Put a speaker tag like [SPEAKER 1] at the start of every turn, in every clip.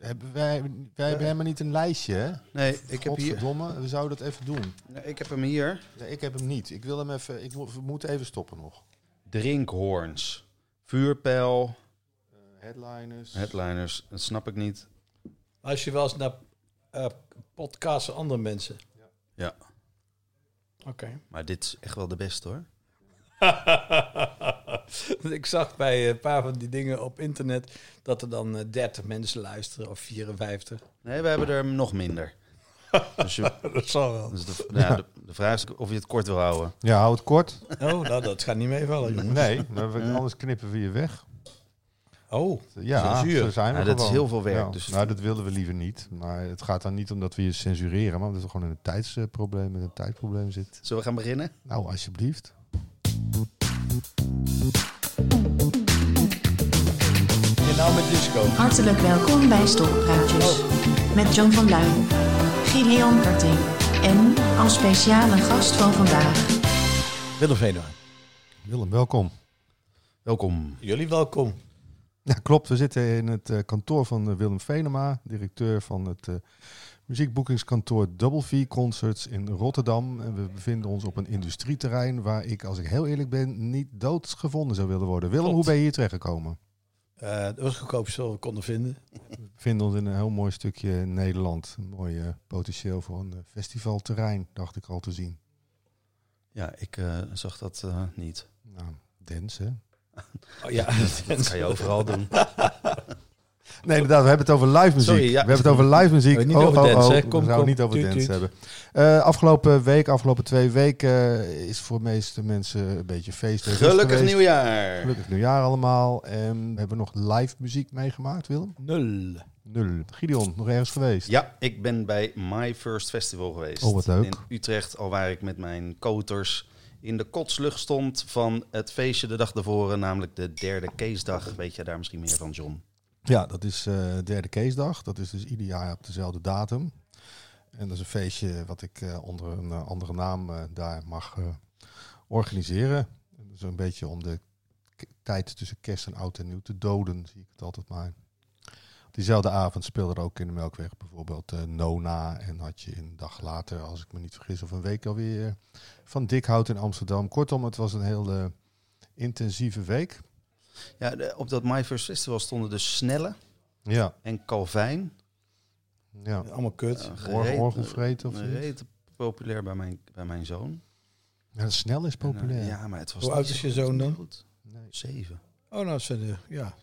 [SPEAKER 1] Hebben wij, wij hebben helemaal niet een lijstje, hè?
[SPEAKER 2] Nee, ik heb, hier,
[SPEAKER 1] Godverdomme, we zouden dat even doen.
[SPEAKER 2] nee, ik heb hem hier.
[SPEAKER 1] Nee, ik heb hem niet. Ik wil hem even... Ik moet, we moeten even stoppen nog.
[SPEAKER 2] Drinkhoorns. Vuurpijl.
[SPEAKER 1] Headliners.
[SPEAKER 2] Eh, Headliners. Dat snap ik niet.
[SPEAKER 3] Als je wel eens naar eh podcasts van andere mensen.
[SPEAKER 2] Ja.
[SPEAKER 3] Oké.
[SPEAKER 2] Maar dit is echt wel de beste hoor.
[SPEAKER 3] Want ik zag bij eh, een paar van die dingen op internet dat er dan eh, 30 mensen luisteren of 54.
[SPEAKER 2] Nee, we hebben er nog minder. Dus, je,
[SPEAKER 3] Dat zal wel.
[SPEAKER 2] dus de, nou ja, de, de vraag is of je het kort wil houden.
[SPEAKER 1] Ja, hou het kort.
[SPEAKER 3] Oh, nou, dat gaat niet meevallen, jongen.
[SPEAKER 2] Mm-hmm.
[SPEAKER 1] Nee, maar we- anders knippen we je weg. eh,
[SPEAKER 3] Oh,
[SPEAKER 1] Ja,
[SPEAKER 3] Censuur.
[SPEAKER 1] zo zijn we
[SPEAKER 2] Ja, dat is
[SPEAKER 1] gewoon.
[SPEAKER 2] heel veel werk,
[SPEAKER 1] Ja.
[SPEAKER 2] dus-
[SPEAKER 1] Nou, dat wilden we liever niet. Maar het gaat dan niet omdat we je censureren, maar omdat we gewoon in een tijdsprobleem, met een tijdprobleem zitten.
[SPEAKER 2] Zullen we gaan beginnen?
[SPEAKER 1] Nou, alsjeblieft.
[SPEAKER 3] en nou met disco.
[SPEAKER 4] Hartelijk welkom bij Stokpraatjes. Met John van Luijn, Gideon Karting en als speciale gast van vandaag...
[SPEAKER 3] Willem Veenhoorn.
[SPEAKER 1] Willem, welkom.
[SPEAKER 2] Welkom.
[SPEAKER 3] Jullie welkom.
[SPEAKER 1] Ja, klopt. We zitten in het eh, kantoor van eh, Willem Venema, directeur van het eh, muziekboekingskantoor Double V Concerts in Rotterdam. En we bevinden ons op een industrieterrein waar ik, als ik heel eerlijk ben, niet doodgevonden zou willen worden. Willem,
[SPEAKER 3] Klopt.
[SPEAKER 1] hoe ben je hier terechtgekomen?
[SPEAKER 3] Eh het was het goedkoopste wat we konden vinden.
[SPEAKER 1] We vinden ons in een heel mooi stukje Nederland. Een mooi eh, potentieel voor een eh, festivalterrein, dacht ik al te zien.
[SPEAKER 2] Ja, ik eh, zag dat eh, niet.
[SPEAKER 1] Nou, dance, hè?
[SPEAKER 3] Oh ja,
[SPEAKER 2] Dat kan je overal doen.
[SPEAKER 1] Nee, inderdaad, we hebben het over live muziek.
[SPEAKER 2] Sorry, ja.
[SPEAKER 1] We hebben het over live muziek. Oh,
[SPEAKER 3] We hebben het niet over dance, hè.
[SPEAKER 1] we
[SPEAKER 3] Kom,
[SPEAKER 1] zouden
[SPEAKER 3] kom.
[SPEAKER 1] het niet over
[SPEAKER 3] Tuut,
[SPEAKER 1] dance
[SPEAKER 3] tuut.
[SPEAKER 1] hebben. Eh, afgelopen week, afgelopen twee weken eh, is voor de meeste mensen een beetje feest. en rust
[SPEAKER 2] Gelukkig
[SPEAKER 1] geweest.
[SPEAKER 2] nieuwjaar.
[SPEAKER 1] Gelukkig nieuwjaar allemaal. En we hebben nog live muziek meegemaakt, Willem?
[SPEAKER 3] Nul.
[SPEAKER 1] Nul. Gideon, nog ergens geweest?
[SPEAKER 2] Ja, ik ben bij My First Festival geweest.
[SPEAKER 1] Oh, wat leuk.
[SPEAKER 2] In Utrecht, al waar ik met mijn koters in de kotslucht stond van het feestje de dag daarvoor, namelijk de derde Keesdag. Weet je daar misschien meer van, John?
[SPEAKER 1] Ja, dat is eh, derde keesdag. Dat is dus ieder jaar op dezelfde datum. En dat is een feestje wat ik eh, onder een eh, andere naam eh, daar mag eh, organiseren. Zo'n beetje om de k- tijd tussen kerst en oud en nieuw te doden, zie ik het altijd maar. Op diezelfde avond speelde er ook in de Melkweg bijvoorbeeld eh, Nona. En had je een dag later, als ik me niet vergis, of een week alweer, eh, van Dikhout in Amsterdam. Kortom, het was een heel eh, intensieve week.
[SPEAKER 2] Ja, de- op dat My First Festival stonden dus Snelle
[SPEAKER 1] Ja,
[SPEAKER 2] en Calvijn.
[SPEAKER 1] ja.
[SPEAKER 3] Allemaal kut.
[SPEAKER 2] Eh,
[SPEAKER 1] Orgel-
[SPEAKER 2] gereed- eh,
[SPEAKER 1] Orgelvreet of zoiets.
[SPEAKER 2] Reet populair bij mijn, bij mijn zoon.
[SPEAKER 1] Ja, snel is populair.
[SPEAKER 2] En, eh, ja, maar het was
[SPEAKER 3] Hoe
[SPEAKER 2] niet
[SPEAKER 3] oud is
[SPEAKER 2] zo-
[SPEAKER 3] je zoon dan?
[SPEAKER 2] Goed.
[SPEAKER 1] Nee.
[SPEAKER 2] Zeven.
[SPEAKER 3] Oh, nou, ze, de, ja.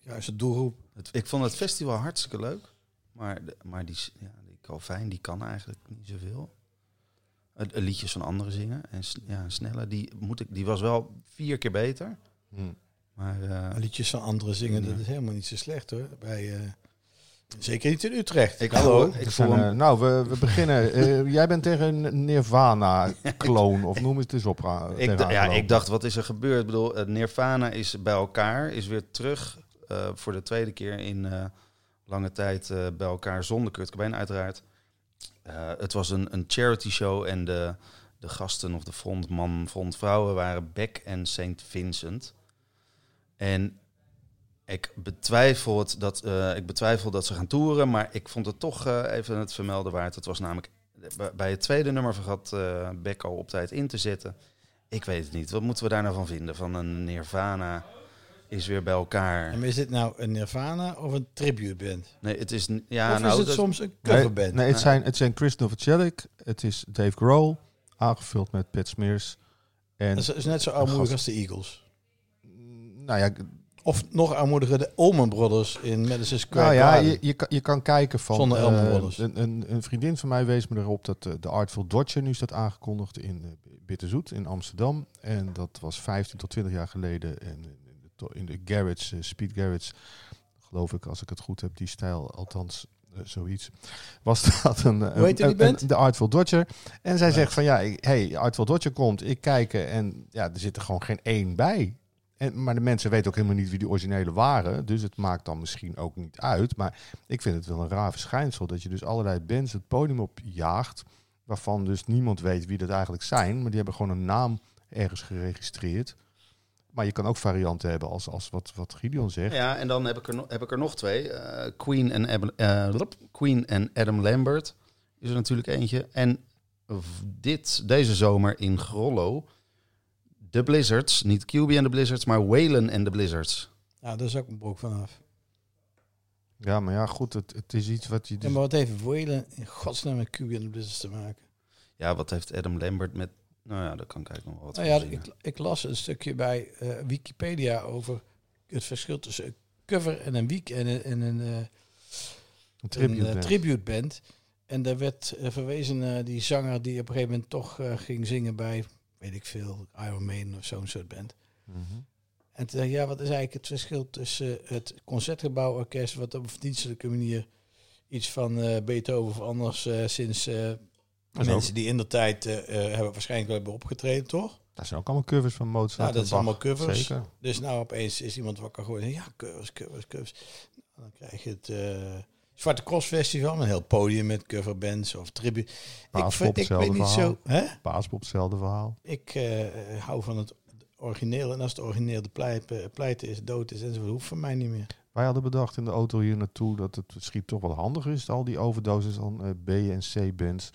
[SPEAKER 3] Juist het doelgroep.
[SPEAKER 2] Het- ik vond het festival hartstikke leuk. Maar, de- maar die, s- ja, die Calvijn, die kan eigenlijk niet zoveel. Het- het Liedjes van anderen zingen. En s- ja, Snelle, die, moet ik, die was wel vier keer beter.
[SPEAKER 1] Hm.
[SPEAKER 2] Maar eh,
[SPEAKER 3] Nou, Liedjes van anderen zingen, dat is helemaal niet zo slecht hoor. Bij, eh, zeker niet in Utrecht.
[SPEAKER 2] ik,
[SPEAKER 3] Hallo.
[SPEAKER 2] voel, ik
[SPEAKER 1] We
[SPEAKER 2] voel
[SPEAKER 1] zijn,
[SPEAKER 2] hem
[SPEAKER 1] eh, nou, we, we beginnen. Eh, jij bent tegen een Nirvana-kloon, of noem het eens op. eh, ra-
[SPEAKER 2] Ik, d-
[SPEAKER 1] tegenaan
[SPEAKER 2] ja,
[SPEAKER 1] gelopen.
[SPEAKER 2] ik dacht, wat is er gebeurd? Ik bedoel, eh, Nirvana is bij elkaar, is weer terug eh, voor de tweede keer in eh, lange tijd eh, bij elkaar zonder Kurt Cobain uiteraard. Eh, het was een, een charity show en de, de gasten of de frontman, frontvrouwen waren Beck en St. Vincent. En ik betwijfel, het dat, eh, ik betwijfel dat ze gaan toeren, maar ik vond het toch eh, even het vermelden waard. Het was namelijk eh, bij- bij het tweede nummer vergat eh Beck al op tijd in te zetten. Ik weet het niet. Wat moeten we daar nou van vinden? Van een Nirvana is weer bij elkaar.
[SPEAKER 3] En is dit nou een Nirvana of een tributeband?
[SPEAKER 2] Nee, het is... n- Ja,
[SPEAKER 3] of
[SPEAKER 2] nou,
[SPEAKER 3] is het
[SPEAKER 2] dat-
[SPEAKER 3] soms een
[SPEAKER 1] Nee,
[SPEAKER 3] coverband?
[SPEAKER 1] nee, het, zijn, het zijn Chris Novoselic, het is Dave Grohl, aangevuld met Pat Smears. En,
[SPEAKER 3] dat is, is net zo armoedig als de Eagles.
[SPEAKER 1] nou ja,
[SPEAKER 3] Of nog armoediger, de Omen Brothers in Madison Square
[SPEAKER 1] nou ja
[SPEAKER 3] Garden.
[SPEAKER 1] je, je, kan, je kan kijken van...
[SPEAKER 3] Zonder
[SPEAKER 1] eh,
[SPEAKER 3] Elmer Brothers.
[SPEAKER 1] een, een, een vriendin van mij wees me erop dat eh, de Artful Dodger nu staat aangekondigd in eh, Bitterzoet in Amsterdam. En dat was 15 tot 20 jaar geleden. En in de, to- in de garage, eh, speed garage, geloof ik, als ik het goed heb, die stijl althans... eh, zoiets. Was dat een.
[SPEAKER 3] Hoe heette die
[SPEAKER 1] een- een-
[SPEAKER 3] band?
[SPEAKER 1] de Artful Dodger. En zij zegt van ja, ik- hey, Artful Dodger komt, ik kijk eh, en ja, er zit er gewoon geen één bij. En, maar de mensen weten ook helemaal niet wie die originele waren. Dus het maakt dan misschien ook niet uit. Maar ik vind het wel een raar verschijnsel dat je dus allerlei bands het podium op jaagt. Waarvan dus niemand weet wie dat eigenlijk zijn. Maar die hebben gewoon een naam ergens geregistreerd. Maar je kan ook varianten hebben als, als wat, wat Gideon zegt.
[SPEAKER 2] Ja, en dan heb ik er, no- heb ik er nog twee. Eh, Queen, en Adam, eh, lop, Queen en Adam Lambert is er natuurlijk eentje. En v- dit, deze zomer in Grollo, de Blizzards. Niet QB en de Blizzards, maar Whalen en de Blizzards.
[SPEAKER 3] Nou, daar is ook een broek vanaf.
[SPEAKER 1] Ja, maar ja, goed, het, het is iets wat je...
[SPEAKER 3] Ja,
[SPEAKER 1] Dus,
[SPEAKER 3] maar wat even voor je in godsnaam met QB en de Blizzards te maken?
[SPEAKER 2] Ja, wat heeft Adam Lambert met... Nou ja, daar kan ik eigenlijk nog wel wat
[SPEAKER 3] Nou ja,
[SPEAKER 2] van zeggen.
[SPEAKER 3] ik, ik las een stukje bij eh, Wikipedia over het verschil tussen een cover en een week en een, en een, eh,
[SPEAKER 1] een tribute.
[SPEAKER 3] een eh,
[SPEAKER 1] band.
[SPEAKER 3] tribute band. En daar werd eh, verwezen naar die zanger die op een gegeven moment toch eh, ging zingen bij, weet ik veel, Iron Maiden of zo'n soort band.
[SPEAKER 1] Mhm.
[SPEAKER 3] En toen dacht ik, ja, wat is eigenlijk het verschil tussen eh, het Concertgebouworkest, wat op een dienstelijke manier iets van eh, Beethoven of anders eh, sinds eh, mensen die in de tijd eh, eh, hebben waarschijnlijk wel hebben opgetreden, toch?
[SPEAKER 1] Daar zijn ook allemaal covers van Mozart
[SPEAKER 3] Ja, dat
[SPEAKER 1] en
[SPEAKER 3] is
[SPEAKER 1] Bach.
[SPEAKER 3] allemaal covers.
[SPEAKER 1] Zeker.
[SPEAKER 3] Dus nou opeens is iemand wakker geworden. Ja, covers, covers, covers. Nou, dan krijg je het eh, Zwarte Cross Festival, met een heel podium met coverbands of tribute. Ik,
[SPEAKER 1] Paaspop,
[SPEAKER 3] vind- ik
[SPEAKER 1] hetzelfde
[SPEAKER 3] weet niet
[SPEAKER 1] verhaal.
[SPEAKER 3] zo. Hè?
[SPEAKER 1] Paaspop, hetzelfde verhaal.
[SPEAKER 3] Ik eh, eh, hou van het origineel. En als het origineel de pleit, eh, pleiten is, dood is enzovoort, hoeft van mij niet meer.
[SPEAKER 1] Wij hadden bedacht in de auto hier naartoe dat het misschien toch wel handig is, al die overdoses aan eh, B en C-bands,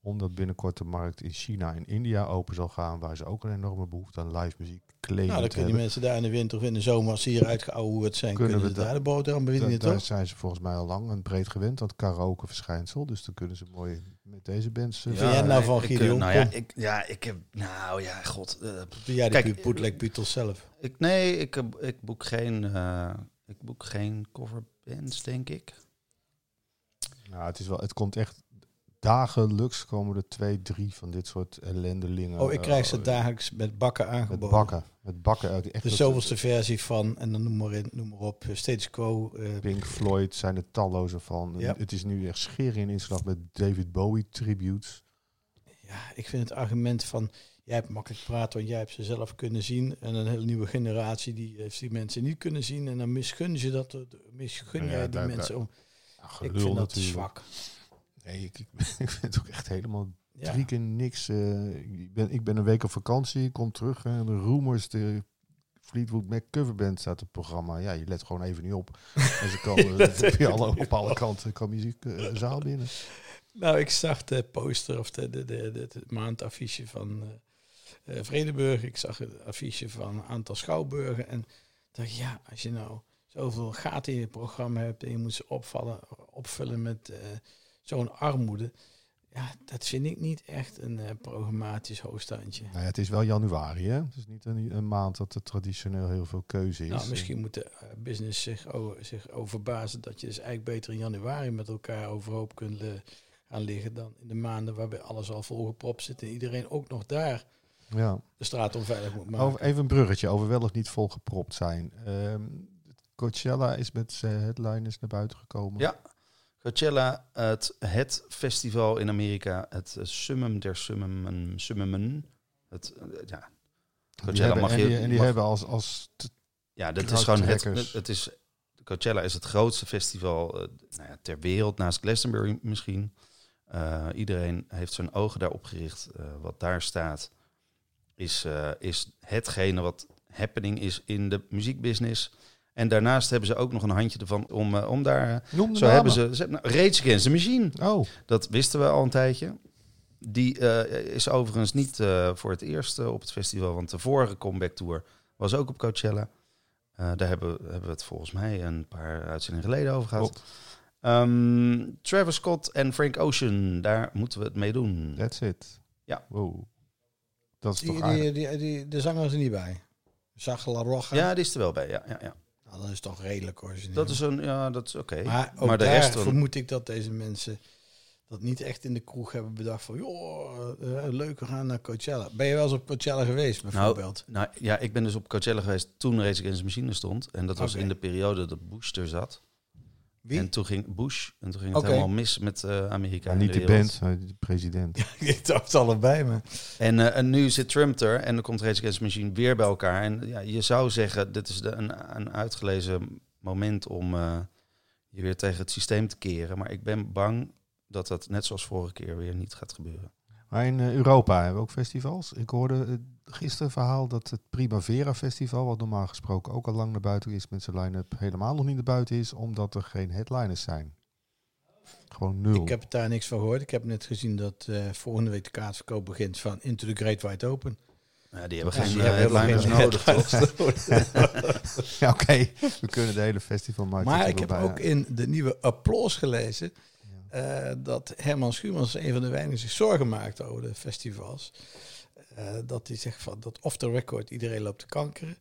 [SPEAKER 1] omdat binnenkort de markt in China en India open zal gaan, waar ze ook een enorme behoefte aan live muziek claimen
[SPEAKER 3] nou, dan kunnen die
[SPEAKER 1] hebben.
[SPEAKER 3] mensen daar in de winter of in de zomer, als ze hier uitgeouwehoerd zijn,
[SPEAKER 1] Kunnen
[SPEAKER 3] kunnen,
[SPEAKER 1] we
[SPEAKER 3] ze daar de boterham
[SPEAKER 1] Da-
[SPEAKER 3] bedienen,
[SPEAKER 1] daar
[SPEAKER 3] toch?
[SPEAKER 1] zijn ze volgens mij al lang en breed gewend aan het karaoke verschijnsel, dus dan kunnen ze mooi met deze bands. eh,
[SPEAKER 3] Ja, vind jij nou van
[SPEAKER 2] ik,
[SPEAKER 3] Gideon?
[SPEAKER 2] eh, Nou ja,
[SPEAKER 3] Kom.
[SPEAKER 2] ik, ja, ik heb... Nou ja, god. eh, pff.
[SPEAKER 3] Doe jij
[SPEAKER 2] Kijk,
[SPEAKER 3] de bootleg Beatles zelf?
[SPEAKER 2] ik, nee, ik, eh, ik, boek geen, eh, ik boek geen coverbands, denk ik.
[SPEAKER 1] Nou, het, is wel, het komt echt dagelijks komen er twee, drie van dit soort ellendelingen.
[SPEAKER 3] Oh, ik
[SPEAKER 1] eh,
[SPEAKER 3] krijg ze dagelijks met bakken
[SPEAKER 1] Met
[SPEAKER 3] aangeboden.
[SPEAKER 1] bakken. Met bakken uit echt
[SPEAKER 3] De
[SPEAKER 1] dat-
[SPEAKER 3] zoveelste versie van, en dan noem maar, in, noem maar op, eh, Status Quo. eh,
[SPEAKER 1] Pink Floyd zijn er talloze van.
[SPEAKER 3] Ja.
[SPEAKER 1] Het is nu echt scheren in inslag met David Bowie tributes.
[SPEAKER 3] ja, ik vind het argument van, jij hebt makkelijk praten, want jij hebt ze zelf kunnen zien. En een hele nieuwe generatie die heeft die mensen niet kunnen zien. En dan misgun je dat, misgun
[SPEAKER 1] Ja,
[SPEAKER 3] jij die
[SPEAKER 1] daar-
[SPEAKER 3] mensen
[SPEAKER 1] daar-
[SPEAKER 3] om.
[SPEAKER 1] Ja,
[SPEAKER 3] Ik vind dat zwak.
[SPEAKER 1] Nee, ik, ik, ik vind het ook echt helemaal
[SPEAKER 3] Ja.
[SPEAKER 1] drie keer niks. eh, ik, ben, ik ben een week op vakantie, ik kom terug. en de Rumors, de Fleetwood Mac coverband staat op het programma. Ja, je let gewoon even niet op. En ze komen
[SPEAKER 3] let
[SPEAKER 1] op, je
[SPEAKER 3] even
[SPEAKER 1] alle,
[SPEAKER 3] niet
[SPEAKER 1] op alle
[SPEAKER 3] op.
[SPEAKER 1] kanten kan muziek eh, zaal binnen.
[SPEAKER 3] Nou, ik zag de poster of de, de, de, de- het maandaffiche van eh, eh, Vredeburg. Ik zag het affiche van een aantal schouwburgen. En dacht, ja, als je nou zoveel gaten in je programma hebt en je moet ze opvallen, opvullen met eh, zo'n armoede. Ja, dat vind ik niet echt een eh, programmatisch hoogstandje.
[SPEAKER 1] Nou ja, het is wel januari, hè? Het is niet een, een maand dat er traditioneel heel veel keuze is.
[SPEAKER 3] Nou, misschien moet de eh, business zich, o- zich overbazen dat je dus eigenlijk beter in januari met elkaar overhoop kunt eh, gaan liggen dan in de maanden waarbij alles al volgepropt zit en iedereen ook nog daar
[SPEAKER 1] Ja.
[SPEAKER 3] de straat onveilig moet maken.
[SPEAKER 1] Over, even een bruggetje over wel of niet volgepropt zijn. Ehm, Coachella is met zijn headliners naar buiten gekomen.
[SPEAKER 2] Ja. Coachella, het, het festival in Amerika, het eh, summum der summumen, summumen. Het, eh, ja,
[SPEAKER 1] En die
[SPEAKER 2] Coachella
[SPEAKER 1] hebben,
[SPEAKER 2] mag
[SPEAKER 1] en
[SPEAKER 2] je-
[SPEAKER 1] die, en die
[SPEAKER 2] mag-
[SPEAKER 1] hebben als, als t-
[SPEAKER 2] ja dat is gewoon het,
[SPEAKER 1] Crowdtrekkers.
[SPEAKER 2] het is, Coachella is het grootste festival eh, nou ja, ter wereld, naast Glastonbury misschien. Eh, iedereen heeft zijn ogen daarop gericht. Eh, wat daar staat, is, eh, is hetgene wat happening is in de muziekbusiness. En daarnaast hebben ze ook nog een handje ervan om, eh, om daar... eh,
[SPEAKER 1] noem de
[SPEAKER 2] zo
[SPEAKER 1] namen.
[SPEAKER 2] hebben ze... ze hebben, nou, Rage Against the Machine.
[SPEAKER 1] Oh,
[SPEAKER 2] Dat wisten we al een tijdje. Die eh, is overigens niet eh, voor het eerst eh, op het festival, want de vorige comeback tour was ook op Coachella. Eh, daar hebben, hebben we het volgens mij een paar uitzendingen geleden over gehad.
[SPEAKER 1] klopt.
[SPEAKER 2] Ehm, Travis Scott en Frank Ocean, daar moeten we het mee doen.
[SPEAKER 1] That's it.
[SPEAKER 2] Ja.
[SPEAKER 1] Wow. Dat is toch
[SPEAKER 3] die,
[SPEAKER 1] aardig.
[SPEAKER 3] die, die, die- de zanger is er niet bij. Zag La Rocha.
[SPEAKER 2] Ja, die is er wel bij. Ja, ja, ja.
[SPEAKER 3] Nou, dat is toch redelijk origineel.
[SPEAKER 2] Dat is een, ja, dat is oké.
[SPEAKER 3] maar ook
[SPEAKER 2] maar de
[SPEAKER 3] daar
[SPEAKER 2] rest van-
[SPEAKER 3] vermoed ik dat deze mensen dat niet echt in de kroeg hebben bedacht van... joh, eh, leuk, we gaan naar Coachella. Ben je wel eens op Coachella geweest, bijvoorbeeld?
[SPEAKER 2] Nou ja, ik ben dus op Coachella geweest toen Race Against the Machine stond. En dat was
[SPEAKER 3] Oké.
[SPEAKER 2] in de periode dat Bush er zat.
[SPEAKER 3] Wie?
[SPEAKER 2] En toen ging Bush, en toen ging het
[SPEAKER 3] Oké.
[SPEAKER 2] helemaal mis met eh, Amerika.
[SPEAKER 1] Maar
[SPEAKER 2] en
[SPEAKER 1] niet de
[SPEAKER 2] wereld.
[SPEAKER 1] band, maar de president.
[SPEAKER 3] ik dacht allebei, maar...
[SPEAKER 2] En, eh, en nu zit Trump er en dan komt Rage Against the Machine weer bij elkaar. En ja, je zou zeggen, dit is de, een, een uitgelezen moment om eh, je weer tegen het systeem te keren. Maar ik ben bang dat dat net zoals vorige keer weer niet gaat gebeuren.
[SPEAKER 1] Maar Maar in eh, Europa hebben we ook festivals. Ik hoorde eh, gisteren een verhaal dat het Primavera Festival, wat normaal gesproken ook al lang naar buiten is met zijn line-up, helemaal nog niet naar buiten is, omdat er geen headliners zijn. Gewoon nul.
[SPEAKER 3] Ik heb daar niks van gehoord. Ik heb net gezien dat eh, volgende week de kaartverkoop begint van Into the Great Wide Open.
[SPEAKER 2] Ja, die hebben
[SPEAKER 3] Ja,
[SPEAKER 2] geen
[SPEAKER 3] die
[SPEAKER 2] eh,
[SPEAKER 3] hebben helemaal
[SPEAKER 2] headliners
[SPEAKER 3] geen
[SPEAKER 2] nodig, toch?
[SPEAKER 1] Ja, oké. We kunnen de hele festival maken.
[SPEAKER 3] maar ik heb ook
[SPEAKER 1] eh,
[SPEAKER 3] in de nieuwe Applaus gelezen eh, dat Herman Schuurmans een van de weinigen zich zorgen maakt over de festivals. Eh, dat hij zegt van dat off the record iedereen loopt te kankeren.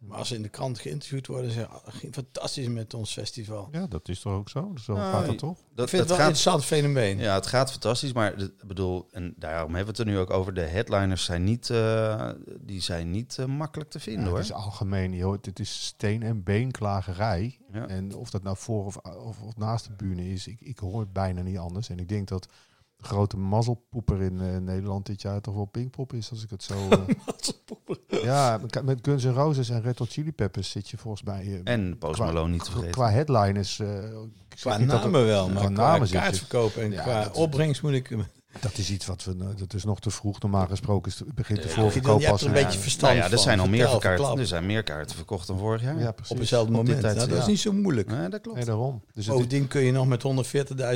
[SPEAKER 3] Maar als ze in de krant geïnterviewd worden, zeggen ze, "Ah, ging fantastisch met ons festival.
[SPEAKER 1] Ja, dat is toch ook zo? Dus Zo
[SPEAKER 2] Nou,
[SPEAKER 1] gaat dat toch?
[SPEAKER 3] ik
[SPEAKER 2] Dat,
[SPEAKER 3] vind
[SPEAKER 2] dat
[SPEAKER 3] het wel
[SPEAKER 2] gaat,
[SPEAKER 3] een interessant fenomeen.
[SPEAKER 2] ja, het gaat fantastisch, maar de- ik bedoel, en daarom hebben we het er nu ook over. De headliners zijn niet, eh, die zijn niet eh, makkelijk te vinden,
[SPEAKER 1] Ja,
[SPEAKER 2] hoor.
[SPEAKER 1] het is algemeen, joh. Het- Het is steen- en beenklagerij.
[SPEAKER 2] Ja.
[SPEAKER 1] En of dat nou voor of, of, of naast de bühne is, ik, ik hoor het bijna niet anders. En ik denk dat de grote mazzelpoeper in eh, Nederland dit jaar toch wel Pinkpop is, als ik het zo... eh, ja, met- met Guns N' Roses en Red Hot Chili Peppers zit je volgens mij... eh,
[SPEAKER 2] En Post
[SPEAKER 1] qua-
[SPEAKER 2] Malone niet te
[SPEAKER 1] qua,
[SPEAKER 2] vergeten.
[SPEAKER 1] qua headliners... eh, ik zeg
[SPEAKER 3] Qua
[SPEAKER 1] niet dat
[SPEAKER 3] namen wel, maar
[SPEAKER 1] qua
[SPEAKER 3] qua,
[SPEAKER 1] namen zit je.
[SPEAKER 3] kaartverkoop en
[SPEAKER 1] Ja,
[SPEAKER 3] qua
[SPEAKER 1] dat-
[SPEAKER 3] opbrengst moet ik...
[SPEAKER 1] dat, dat is iets wat we... nou, Dat is nog te vroeg, normaal gesproken. Is, het begint de
[SPEAKER 3] Ja,
[SPEAKER 1] voorverkoop
[SPEAKER 3] je hebt
[SPEAKER 1] pas...
[SPEAKER 3] er een
[SPEAKER 1] ja,
[SPEAKER 3] beetje verstand
[SPEAKER 2] nou ja, er
[SPEAKER 3] van.
[SPEAKER 2] zijn al meer,
[SPEAKER 3] Vertel,
[SPEAKER 2] kaarten,
[SPEAKER 3] verklap.
[SPEAKER 2] er zijn meer kaarten verkocht dan vorig jaar.
[SPEAKER 1] ja, precies.
[SPEAKER 3] op hetzelfde
[SPEAKER 2] Op dit
[SPEAKER 3] moment.
[SPEAKER 2] tijd,
[SPEAKER 3] Nou, dat
[SPEAKER 2] ja.
[SPEAKER 3] is niet zo Oh, moeilijk.
[SPEAKER 2] Nee, dat klopt.
[SPEAKER 1] Nee, daarom. Dus het is-
[SPEAKER 3] Bovendien kun je nog met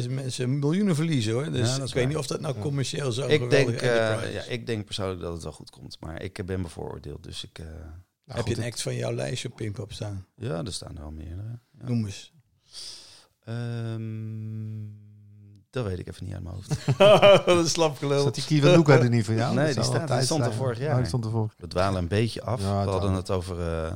[SPEAKER 3] 140.000 mensen miljoenen verliezen hoor. Dus
[SPEAKER 2] Ja, dat
[SPEAKER 3] ik
[SPEAKER 2] is
[SPEAKER 3] weet
[SPEAKER 2] waar.
[SPEAKER 3] niet of dat nou commercieel zo
[SPEAKER 2] ik, denk,
[SPEAKER 3] geweldig enterprise
[SPEAKER 2] eh, ja,
[SPEAKER 3] is.
[SPEAKER 2] ik denk persoonlijk dat het wel goed komt. Maar ik eh, ben bevooroordeeld, dus ik... eh,
[SPEAKER 1] nou,
[SPEAKER 3] Heb
[SPEAKER 1] goed,
[SPEAKER 3] je een act van jouw lijstje op Pinkpop staan?
[SPEAKER 2] ja, er staan er wel meerdere. Ja.
[SPEAKER 3] Noem eens.
[SPEAKER 2] Ehm, dat weet ik even niet uit mijn hoofd.
[SPEAKER 3] dat is slap
[SPEAKER 1] Zat die Kiva Luca er niet van jou? Dat
[SPEAKER 2] Nee, die
[SPEAKER 1] zou wel
[SPEAKER 2] staat- die stond er
[SPEAKER 1] tijd zijn.
[SPEAKER 2] vorig jaar.
[SPEAKER 1] Oh, die stond er vorig
[SPEAKER 2] We dwalen een beetje af.
[SPEAKER 1] Ja, het
[SPEAKER 2] we hadden
[SPEAKER 1] kan.
[SPEAKER 2] het over... eh,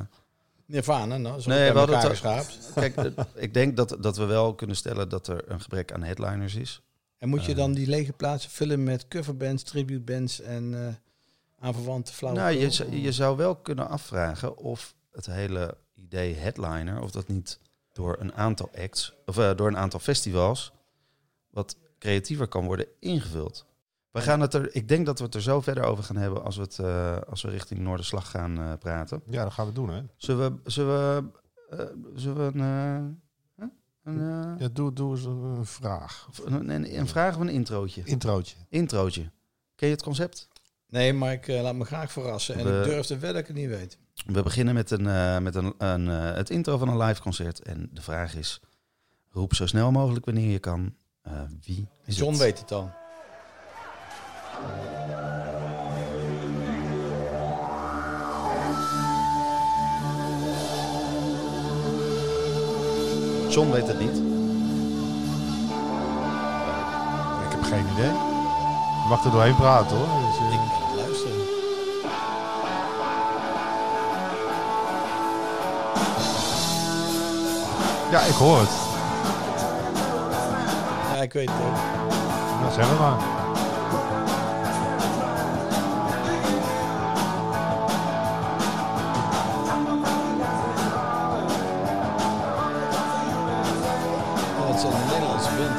[SPEAKER 3] Nirvana, nou, zo
[SPEAKER 2] Nee,
[SPEAKER 3] nee,
[SPEAKER 2] we hadden
[SPEAKER 3] elkaar
[SPEAKER 2] het al-
[SPEAKER 3] geschaapt.
[SPEAKER 2] kijk, eh, ik denk dat, dat we wel kunnen stellen dat er een gebrek aan headliners is.
[SPEAKER 3] En moet je
[SPEAKER 2] Eh.
[SPEAKER 3] dan die lege plaatsen vullen met coverbands, tributebands en eh aanverwante flauwe
[SPEAKER 2] nou, je,
[SPEAKER 3] eh.
[SPEAKER 2] zou- je zou wel kunnen afvragen of het hele idee headliner... of dat niet door een aantal acts, of eh, door een aantal festivals... wat creatiever kan worden ingevuld. We gaan het er, ik denk dat we het er zo verder over gaan hebben... als we, het, eh, als we richting Noorderslag gaan eh, praten.
[SPEAKER 1] jaar. Ja, dat gaan we doen, hè?
[SPEAKER 2] Zullen we, zullen we, eh, zullen we een, eh, hè? een, eh,
[SPEAKER 1] Ja, doe, doe eens een vraag.
[SPEAKER 2] of een, een, een vraag of een introotje?
[SPEAKER 1] Introotje.
[SPEAKER 2] Introotje. Ken je het concept?
[SPEAKER 3] Nee, maar ik eh, laat me graag verrassen. En
[SPEAKER 2] We-
[SPEAKER 3] ik durf te wedden dat ik het niet weet.
[SPEAKER 2] We beginnen met, een, eh, met een, een, eh, het intro van een live concert. En de vraag is, roep zo snel mogelijk wanneer je kan. eh, wie is
[SPEAKER 3] John
[SPEAKER 2] het?
[SPEAKER 3] weet het al.
[SPEAKER 2] John weet het niet.
[SPEAKER 1] Ik heb geen idee. Je mag er doorheen praten, hoor. Dus, eh,
[SPEAKER 3] Luisteren.
[SPEAKER 1] Ja, ik hoor het.
[SPEAKER 3] Ja, ik weet het ook.
[SPEAKER 1] Nou, zeg het maar.
[SPEAKER 3] Oh, het zijn de Nederlandse band.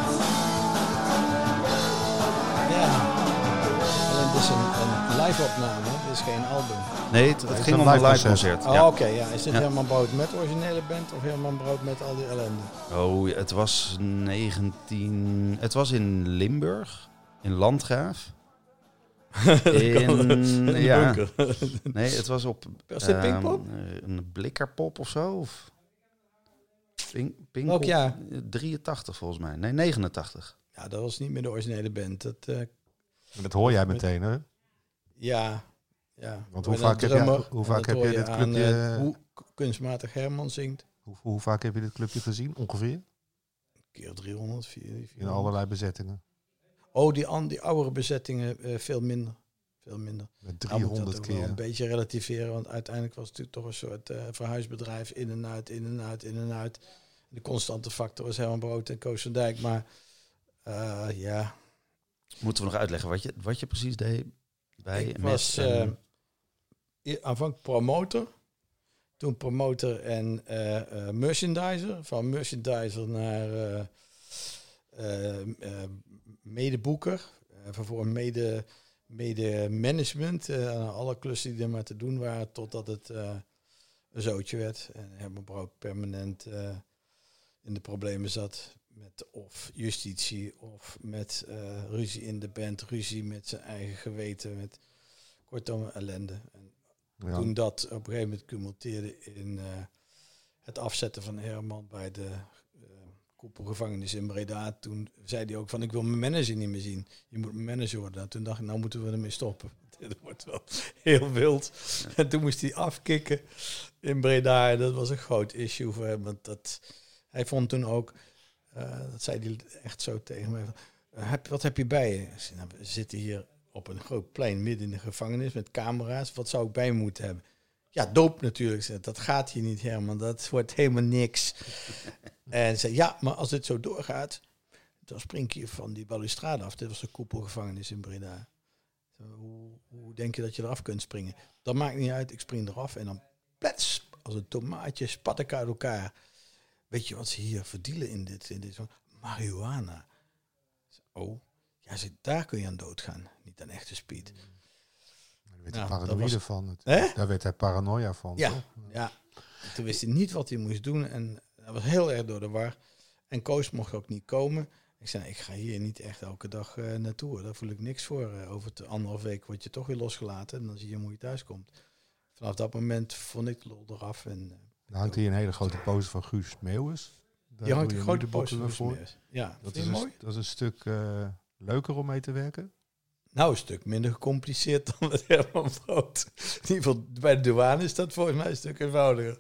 [SPEAKER 3] Ja. Alleen het is een, een live opname, het is geen album.
[SPEAKER 2] Nee, het, het
[SPEAKER 1] is
[SPEAKER 2] ging
[SPEAKER 1] een
[SPEAKER 2] om een
[SPEAKER 1] live
[SPEAKER 2] live
[SPEAKER 1] concert.
[SPEAKER 2] concert.
[SPEAKER 3] Oh,
[SPEAKER 2] ja.
[SPEAKER 3] oké. ja. Is dit
[SPEAKER 2] Ja.
[SPEAKER 3] helemaal brood met originele band of helemaal brood met al die ellende?
[SPEAKER 2] Oh, het was 19... Het was in Limburg, in Landgraaf. in, ja. Nee, het was op
[SPEAKER 3] Was dit
[SPEAKER 2] Ehm,
[SPEAKER 3] Pinkpop?
[SPEAKER 2] eh, Een blikkerpop of zo? Of Pink, Pinkpop?
[SPEAKER 3] Welk jaar?
[SPEAKER 2] Eh, 83 volgens mij. Nee, 89.
[SPEAKER 3] Ja, dat was niet meer de originele band. Dat, eh,
[SPEAKER 1] Dat hoor jij meteen, hè?
[SPEAKER 3] ja, ja.
[SPEAKER 1] Want hoe
[SPEAKER 3] Met
[SPEAKER 1] vaak
[SPEAKER 3] een
[SPEAKER 1] heb jij-
[SPEAKER 3] drummer.
[SPEAKER 1] hoe
[SPEAKER 3] En
[SPEAKER 1] vaak
[SPEAKER 3] dat
[SPEAKER 1] heb
[SPEAKER 3] hoor
[SPEAKER 1] jij
[SPEAKER 3] je
[SPEAKER 1] dit
[SPEAKER 3] aan,
[SPEAKER 1] clubje-
[SPEAKER 3] eh, hoe k- kunstmatig Herman zingt.
[SPEAKER 1] Hoe, hoe vaak heb je dit clubje gezien, ongeveer?
[SPEAKER 3] Keer 300, 400.
[SPEAKER 1] In allerlei bezettingen.
[SPEAKER 3] Oh, die, an, die oudere bezettingen eh, veel minder. Veel minder.
[SPEAKER 1] Met
[SPEAKER 3] Nou moet ik
[SPEAKER 1] 300
[SPEAKER 3] dat ook wel
[SPEAKER 1] keer.
[SPEAKER 3] een beetje relativeren, want uiteindelijk was het natuurlijk toch een soort eh, verhuisbedrijf. In en uit, in en uit, in en uit. De constante factor was Herman Brood en Koos van Dijk. Maar eh, ja,
[SPEAKER 2] Moeten we nog uitleggen wat je, wat je precies deed bij
[SPEAKER 3] ik
[SPEAKER 2] met
[SPEAKER 3] was
[SPEAKER 2] en-
[SPEAKER 3] eh, i- aanvankelijk promotor. Toen promotor en eh, eh, merchandiser. Van merchandiser naar eh, eh, eh, medeboeker. Eh, vervolgens mede, mede management. eh, alle klussen die er maar te doen waren. Totdat het eh, een zootje werd. En Herman Brood permanent eh, in de problemen zat. met of justitie of met eh, ruzie in de band, ruzie met zijn eigen geweten, met kortom ellende. En
[SPEAKER 1] Ja.
[SPEAKER 3] toen dat op een gegeven moment cumuleerde in eh, het afzetten van Herman bij de eh, koepelgevangenis in Breda, toen zei hij ook van ik wil mijn manager niet meer zien. Je moet mijn manager worden. Nou, toen dacht ik, nou moeten we ermee stoppen. Dit wordt wel heel wild. En toen moest hij afkicken in Breda. En dat was een groot issue voor hem. Want dat, hij vond toen ook, eh, dat zei hij echt zo tegen mij, van, "Eh, heb, wat heb je bij je? Ik zei, nou, we zitten hier op een groot plein midden in de gevangenis met camera's. Wat zou ik bij me moeten hebben? Ja, doop natuurlijk. Ik zei, dat gaat hier niet, Herman. Dat wordt helemaal niks. en zei, ja, maar als dit zo doorgaat, dan spring je van die balustrade af. Dit was de koepelgevangenis in Breda. Zo, Hoe, hoe denk je dat je eraf kunt springen? Dat maakt niet uit, ik spring eraf en dan plets, als een tomaatje, spat ik uit elkaar. Weet je wat ze hier verdienen in dit? In dit zo- Marihuana. Ik zei, Oh, ja, ze- daar kun je aan doodgaan. Niet aan echte speed.
[SPEAKER 1] Daar werd
[SPEAKER 3] Ja,
[SPEAKER 1] hij
[SPEAKER 3] dat
[SPEAKER 1] paranoïde
[SPEAKER 3] was-
[SPEAKER 1] van. Het-
[SPEAKER 3] Hè?
[SPEAKER 1] Daar werd hij paranoia van.
[SPEAKER 3] Ja.
[SPEAKER 1] toch?
[SPEAKER 3] Ja, toen wist hij niet wat hij moest doen en hij was heel erg door de war. En Koos mocht ook niet komen. Ik zei, ik ga hier niet echt elke dag eh, naartoe. hoor. Daar voel ik niks voor. Eh, over de anderhalf week word je toch weer losgelaten en dan zie je hoe je thuis komt. Vanaf dat moment vond ik de lol eraf. En, eh,
[SPEAKER 1] Dan hangt hier een hele grote poster van Guus Meeuwis. Daar
[SPEAKER 3] die hangt
[SPEAKER 1] doe
[SPEAKER 3] een
[SPEAKER 1] je
[SPEAKER 3] grote
[SPEAKER 1] nu de
[SPEAKER 3] poster
[SPEAKER 1] boeken
[SPEAKER 3] voor. de smeer. Ja,
[SPEAKER 1] Dat
[SPEAKER 3] dat
[SPEAKER 1] is, dus
[SPEAKER 3] is
[SPEAKER 1] een,
[SPEAKER 3] mooi.
[SPEAKER 1] st- dat is een stuk eh, leuker om mee te werken.
[SPEAKER 3] Nou, een stuk minder gecompliceerd dan met Herman Brood. In ieder geval, bij de douane is dat volgens mij een stuk eenvoudiger.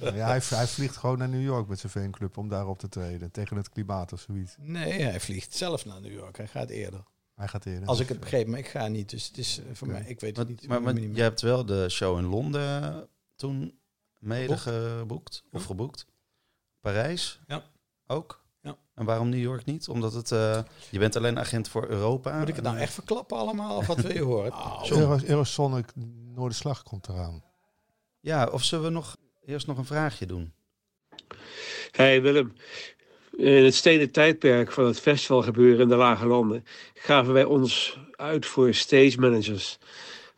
[SPEAKER 1] ja, hij, v- hij vliegt gewoon naar New York met zijn fanclub om daar op te treden. Tegen het klimaat of zoiets.
[SPEAKER 3] Nee, hij vliegt zelf naar New York. Hij gaat eerder.
[SPEAKER 1] Hij gaat eerder.
[SPEAKER 3] Als ik het begreep, maar ik ga niet. Dus het is eh, voor mij, ik weet
[SPEAKER 2] Maar,
[SPEAKER 3] het niet.
[SPEAKER 2] maar,
[SPEAKER 3] Ik
[SPEAKER 2] maar
[SPEAKER 3] weet het
[SPEAKER 2] je
[SPEAKER 3] niet
[SPEAKER 2] hebt wel de show in Londen toen mede
[SPEAKER 3] Geboekt.
[SPEAKER 2] geboekt of geboekt. Parijs
[SPEAKER 3] Ja.
[SPEAKER 2] ook.
[SPEAKER 3] Ja.
[SPEAKER 2] En waarom New York niet? Omdat het, eh, je bent alleen agent voor Europa.
[SPEAKER 3] meer. Moet ik het nou echt verklappen allemaal? Of wat wil je horen?
[SPEAKER 1] Euro- Eurosonic Noorderslag komt eraan.
[SPEAKER 2] Ja, of zullen we nog eerst nog een vraagje doen?
[SPEAKER 5] Hey Willem, in het stenen tijdperk van het festivalgebeuren in de Lage Landen gaven wij ons uit voor stage managers.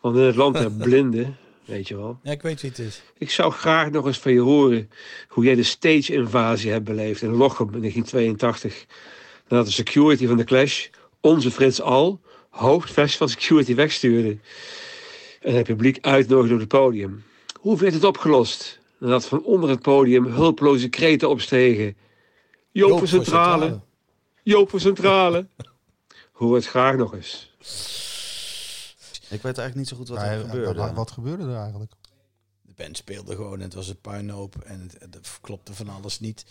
[SPEAKER 5] Want in het land der blinden, weet je wel.
[SPEAKER 3] Ja, ik weet wie het is.
[SPEAKER 5] Ik zou graag nog eens van je horen hoe jij de stage invasie hebt beleefd in Lochem in 1982. Nadat de security van de Clash onze Frits Al, hoofd festival security, wegstuurde. En het publiek uitnodigde op het podium. Hoe werd het opgelost? Nadat van onder het podium hulpeloze kreten opstegen. Joop voor centrale, Joop voor centrale. Hoor het graag nog eens.
[SPEAKER 2] Ik weet eigenlijk niet zo goed wat
[SPEAKER 1] Maar,
[SPEAKER 2] er
[SPEAKER 1] eh,
[SPEAKER 2] gebeurde.
[SPEAKER 1] wat- wat gebeurde er eigenlijk?
[SPEAKER 3] De band speelde gewoon. en Het was een puinhoop. En het, het klopte van alles niet.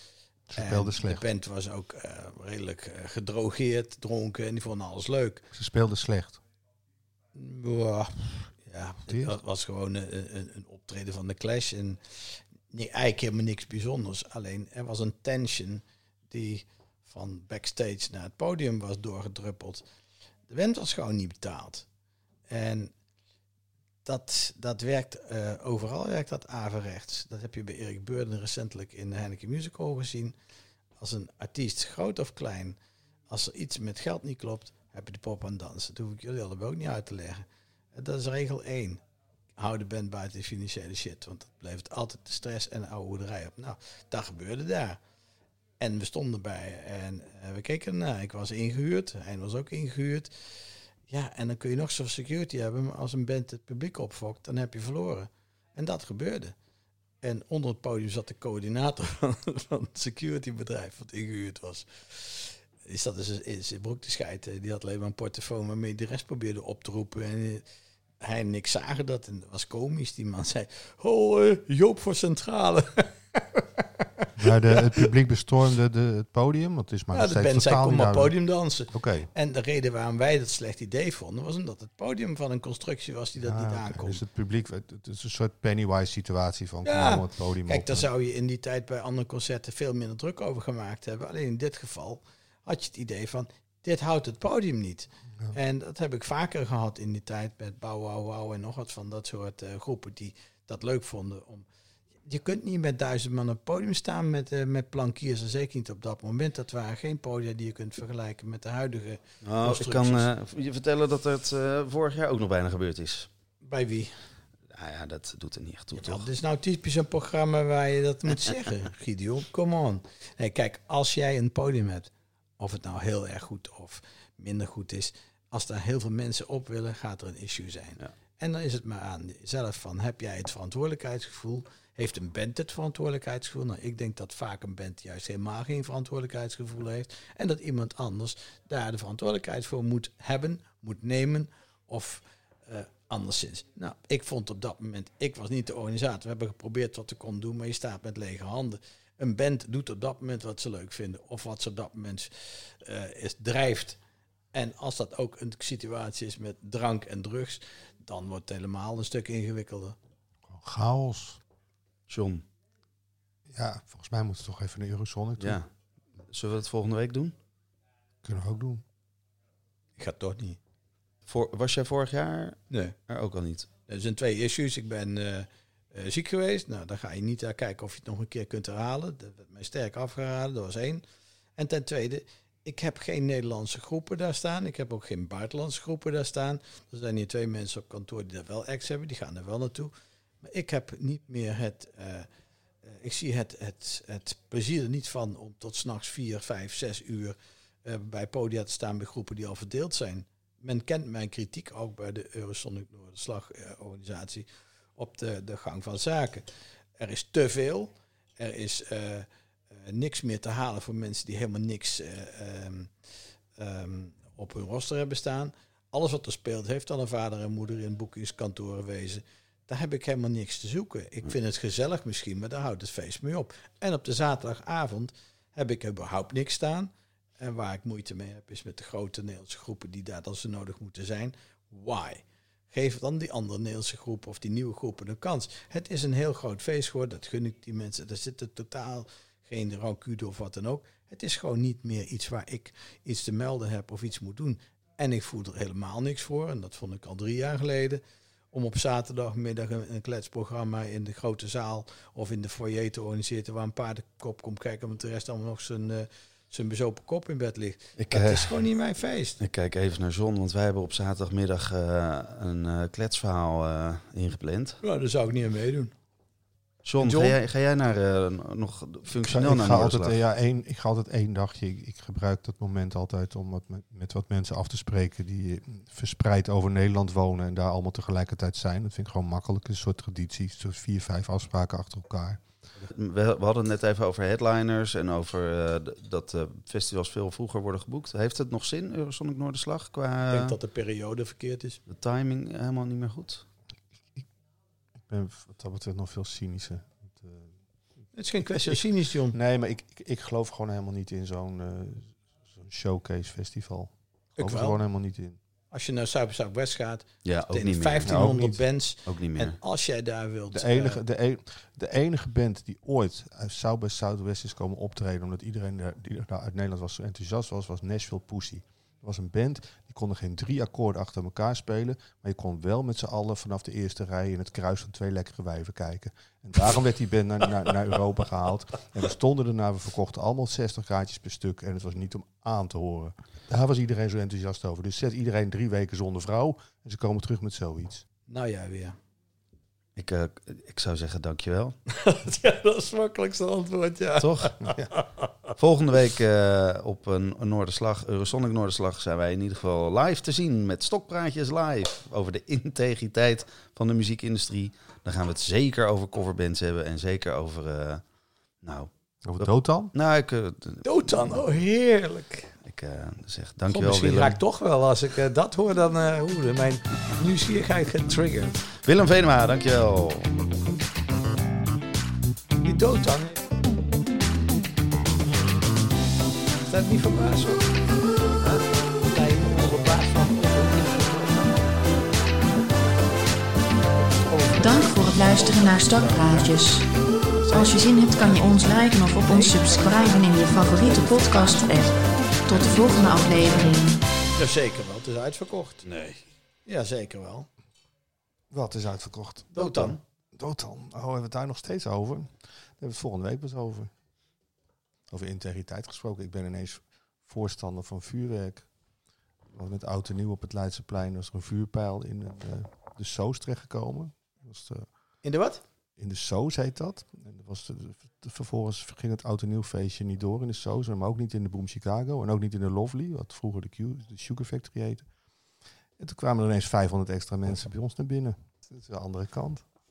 [SPEAKER 1] Ze speelden
[SPEAKER 3] En
[SPEAKER 1] slecht.
[SPEAKER 3] De band was ook eh, redelijk eh, gedrogeerd, dronken. En die vonden alles leuk.
[SPEAKER 1] Ze speelden slecht.
[SPEAKER 3] Ja, ja
[SPEAKER 1] Deert.
[SPEAKER 3] dat was gewoon een, een, een optreden van de Clash. En nee, eigenlijk helemaal niks bijzonders. Alleen er was een tension die van backstage naar het podium was doorgedruppeld. De wend was gewoon niet betaald. En dat, dat werkt, eh, overal werkt dat averechts. Dat heb je bij Erik Beurden recentelijk in de Heineken Music Hall gezien. Als een artiest, groot of klein, als er iets met geld niet klopt, heb je de pop aan het dansen. Dat hoef ik jullie allebei ook niet uit te leggen. En Dat is regel 1. Hou de band buiten de financiële shit, want dat levert altijd de stress en de oude hoederij op. Nou, dat gebeurde daar. En we stonden bij en eh, we keken ernaar. Ik was ingehuurd, hij was ook ingehuurd. Ja, en dan kun je nog zoveel security hebben, maar als een band het publiek opfokt, dan heb je verloren. En dat gebeurde. En onder het podium zat de coördinator van, van het securitybedrijf wat ingehuurd was. Is dat dus in zijn broek te schijten. Die had alleen maar een portofoon waarmee hij de rest probeerde op te roepen. En eh, hij en ik zagen dat. En dat was komisch. Die man zei, ho, eh, Joop voor Centrale.
[SPEAKER 1] Maar de, het publiek bestormde de, het podium. Want het is maar
[SPEAKER 3] Ja,
[SPEAKER 1] nog
[SPEAKER 3] de
[SPEAKER 1] steeds
[SPEAKER 3] band zei,
[SPEAKER 1] totaal
[SPEAKER 3] kom
[SPEAKER 1] niet
[SPEAKER 3] maar
[SPEAKER 1] duidelijk.
[SPEAKER 3] podium dansen.
[SPEAKER 1] Oké.
[SPEAKER 3] En de reden waarom wij dat slecht idee vonden... was omdat het podium van een constructie was die dat
[SPEAKER 1] Ah,
[SPEAKER 3] niet
[SPEAKER 1] oké.
[SPEAKER 3] aankon.
[SPEAKER 1] Dus het publiek, het, het is een soort Pennywise situatie van kom
[SPEAKER 3] Ja.
[SPEAKER 1] allemaal het podium op.
[SPEAKER 3] Kijk, daar zou je in die tijd bij andere concerten veel minder druk over gemaakt hebben. Alleen in dit geval had je het idee van, dit houdt het podium niet. En dat heb ik vaker gehad in die tijd met Bauw Wow Wow en nog wat van dat soort eh, groepen die dat leuk vonden. Om, je kunt niet met duizend man op het podium staan met, eh, met plankiers. En zeker niet op dat moment. Dat waren geen podia die je kunt vergelijken met de huidige.
[SPEAKER 2] Nou, ik kan eh, je vertellen dat het eh, vorig jaar ook nog bijna gebeurd is.
[SPEAKER 3] Bij wie?
[SPEAKER 2] Ja, Nou ja, dat doet er niet echt toe,
[SPEAKER 3] Ja,
[SPEAKER 2] toch?
[SPEAKER 3] Dat is nou typisch een programma waar je dat moet zeggen, Gideon. Come on. Nee, kijk, als jij een podium hebt, of het nou heel erg goed of minder goed is, als daar heel veel mensen op willen, gaat er een issue zijn.
[SPEAKER 2] Ja.
[SPEAKER 3] En dan is het maar aan zelf van, heb jij het verantwoordelijkheidsgevoel? Heeft een band het verantwoordelijkheidsgevoel? Nou, ik denk dat vaak een band juist helemaal geen verantwoordelijkheidsgevoel heeft. En dat iemand anders daar de verantwoordelijkheid voor moet hebben, moet nemen of eh, anderszins. Nou, ik vond op dat moment, ik was niet de organisator. We hebben geprobeerd wat we konden doen, maar je staat met lege handen. Een band doet op dat moment wat ze leuk vinden of wat ze op dat moment eh, is, drijft. En als dat ook een situatie is met drank en drugs, dan wordt het helemaal een stuk ingewikkelder.
[SPEAKER 1] Chaos.
[SPEAKER 2] John,
[SPEAKER 1] Ja, volgens mij moeten we toch even naar Eurosonic toe.
[SPEAKER 2] ja. Zullen we dat volgende week doen?
[SPEAKER 1] Kunnen we ook doen.
[SPEAKER 3] Ik ga toch niet.
[SPEAKER 2] Voor, was jij vorig jaar
[SPEAKER 3] Nee.
[SPEAKER 2] er ook al niet?
[SPEAKER 3] Er zijn twee issues. Ik ben eh, eh, ziek geweest. Nou, dan ga je niet naar kijken of je het nog een keer kunt herhalen. Dat werd mij sterk afgeraden, dat was één. En ten tweede, ik heb geen Nederlandse groepen daar staan. Ik heb ook geen buitenlandse groepen daar staan. Er zijn hier twee mensen op kantoor die daar wel acts hebben. Die gaan er wel naartoe. Maar ik heb niet meer het... eh, eh, ik zie het, het, het plezier er niet van om tot s'nachts vier, vijf, zes uur... eh, bij podia te staan bij groepen die al verdeeld zijn men kent mijn kritiek ook bij de Eurosonic Noorderslag-organisatie op de, de gang van zaken. Er is te veel. Er is eh, eh, niks meer te halen voor mensen die helemaal niks eh, ehm, ehm, op hun roster hebben staan. Alles wat er speelt, heeft al een vader en moeder in boekingskantoren wezen. Daar heb ik helemaal niks te zoeken. Ik vind het gezellig misschien, maar daar houdt het feest mee op. En op de zaterdagavond heb ik überhaupt niks staan. En waar ik moeite mee heb, is met de grote Nederlandse groepen die daar dan zo nodig moeten zijn. Why? Geef dan die andere Nederlandse groepen of die nieuwe groepen een kans. Het is een heel groot feest geworden, dat gun ik die mensen. Er zitten totaal geen rancude of wat dan ook. Het is gewoon niet meer iets waar ik iets te melden heb of iets moet doen. En ik voel er helemaal niks voor, en dat vond ik al drie jaar geleden. Om op zaterdagmiddag een een kletsprogramma in de grote zaal of in de foyer te organiseren waar een paardenkop komt kijken, want de rest allemaal nog zijn, eh, zijn bezopen kop in bed ligt.
[SPEAKER 2] Ik,
[SPEAKER 3] Dat
[SPEAKER 2] eh,
[SPEAKER 3] is gewoon niet mijn feest.
[SPEAKER 2] ik kijk even naar John, want wij hebben op zaterdagmiddag eh, een eh, kletsverhaal eh, ingepland.
[SPEAKER 3] Nou, daar zou ik niet aan meedoen.
[SPEAKER 2] John,
[SPEAKER 3] John?
[SPEAKER 2] Ga, jij, ga jij naar, eh, nog
[SPEAKER 1] Ik ga,
[SPEAKER 2] functioneel
[SPEAKER 1] ik
[SPEAKER 2] naar
[SPEAKER 1] ga altijd, eh, ja,
[SPEAKER 2] Noorderslag?
[SPEAKER 1] één, ik ga altijd één dagje. Ik, ik gebruik dat moment altijd om wat met, met wat mensen af te spreken die eh, verspreid over Nederland wonen en daar allemaal tegelijkertijd zijn. Dat vind ik gewoon makkelijk. Een soort traditie, zo'n vier, vijf afspraken achter elkaar.
[SPEAKER 2] We, we hadden het net even over headliners en over eh, d- dat eh, festivals veel vroeger worden geboekt. Heeft het nog zin, Eurosonic Noorderslag, qua
[SPEAKER 3] Ik denk dat de periode verkeerd is.
[SPEAKER 2] de timing helemaal niet meer goed?
[SPEAKER 1] Ik ben wat dat betreft nog veel cynischer. Want, eh,
[SPEAKER 3] Het is geen kwestie van cynisch, John.
[SPEAKER 1] Nee, maar ik, ik, ik geloof gewoon helemaal niet in zo'n eh, zo'n showcase festival. Ik
[SPEAKER 3] Ik
[SPEAKER 1] geloof er gewoon
[SPEAKER 3] wel.
[SPEAKER 1] helemaal niet in.
[SPEAKER 3] Als je naar Zuid Zuidwest gaat,
[SPEAKER 2] Ja, ook
[SPEAKER 3] tegen
[SPEAKER 2] niet meer. Nou,
[SPEAKER 1] Ja, ook
[SPEAKER 3] 1500
[SPEAKER 1] niet.
[SPEAKER 3] bands.
[SPEAKER 2] Ook niet
[SPEAKER 3] En
[SPEAKER 2] meer.
[SPEAKER 3] als jij daar wilt...
[SPEAKER 1] De
[SPEAKER 3] eh,
[SPEAKER 1] enige, de, e- de enige band die ooit uit South by Southwest is komen optreden, omdat iedereen daar- die daar uit Nederland was zo enthousiast was, was Nashville Pussy. Het was een band, die konden geen drie akkoorden achter elkaar spelen, maar je kon wel met z'n allen vanaf de eerste rij in het kruis van twee lekkere wijven kijken. En daarom werd die band naar, naar, naar Europa gehaald. En we stonden erna, we verkochten allemaal 60 kaartjes per stuk en het was niet om aan te horen. Daar was iedereen zo enthousiast over. Dus zet iedereen drie weken zonder vrouw en ze komen terug met zoiets.
[SPEAKER 3] Nou ja, weer.
[SPEAKER 2] Ik, eh, ik zou zeggen dankjewel.
[SPEAKER 3] ja, dat is het makkelijkste antwoord, ja.
[SPEAKER 2] Toch? Volgende week eh, op een een Noorderslag, Eurosonic Noorderslag, zijn wij in ieder geval live te zien met Stokpraatjes Live over de integriteit van de muziekindustrie. Dan gaan we het zeker over coverbands hebben en zeker over, eh, nou,
[SPEAKER 1] Over dood dan?
[SPEAKER 2] nou ik, eh,
[SPEAKER 3] Dood dan, oh heerlijk.
[SPEAKER 2] ik eh, zeg
[SPEAKER 3] God,
[SPEAKER 2] dankjewel
[SPEAKER 3] misschien
[SPEAKER 2] Willem.
[SPEAKER 3] ga ik toch wel, als ik eh, dat hoor, dan eh hoe, mijn nieuwsgierigheid getriggerd.
[SPEAKER 2] Willem Venema, dankjewel.
[SPEAKER 3] Die dood dan. Staat niet verbaasd hoor. Huh? Sta je niet verbaasd van?
[SPEAKER 4] Dank voor het luisteren naar Stokpraatjes. Als je zin hebt kan je ons liken of op ons subscriben in je favoriete podcast app. Tot de volgende aflevering.
[SPEAKER 3] Ja, zeker wel. Het is uitverkocht. Nee. Ja, zeker wel.
[SPEAKER 1] Wat is uitverkocht?
[SPEAKER 3] Dood dan.
[SPEAKER 1] Dotan. Oh, hebben we het daar nog steeds over? Daar hebben we het volgende week pas over. Over integriteit gesproken. Ik ben ineens voorstander van vuurwerk. Want met oud en nieuw op het Leidseplein was er een vuurpijl in het, eh, de Soos terechtgekomen. was de,
[SPEAKER 3] In de wat?
[SPEAKER 1] in de Soos heet dat. En dat was de- de- vervolgens ging het oud en nieuw feestje niet door in de Soos, maar ook niet in de Boom Chicago en ook niet in de Lovely, wat vroeger de, Q, de Sugar Factory heette. En toen kwamen er ineens 500 extra mensen bij ons naar binnen. Dat is de andere kant.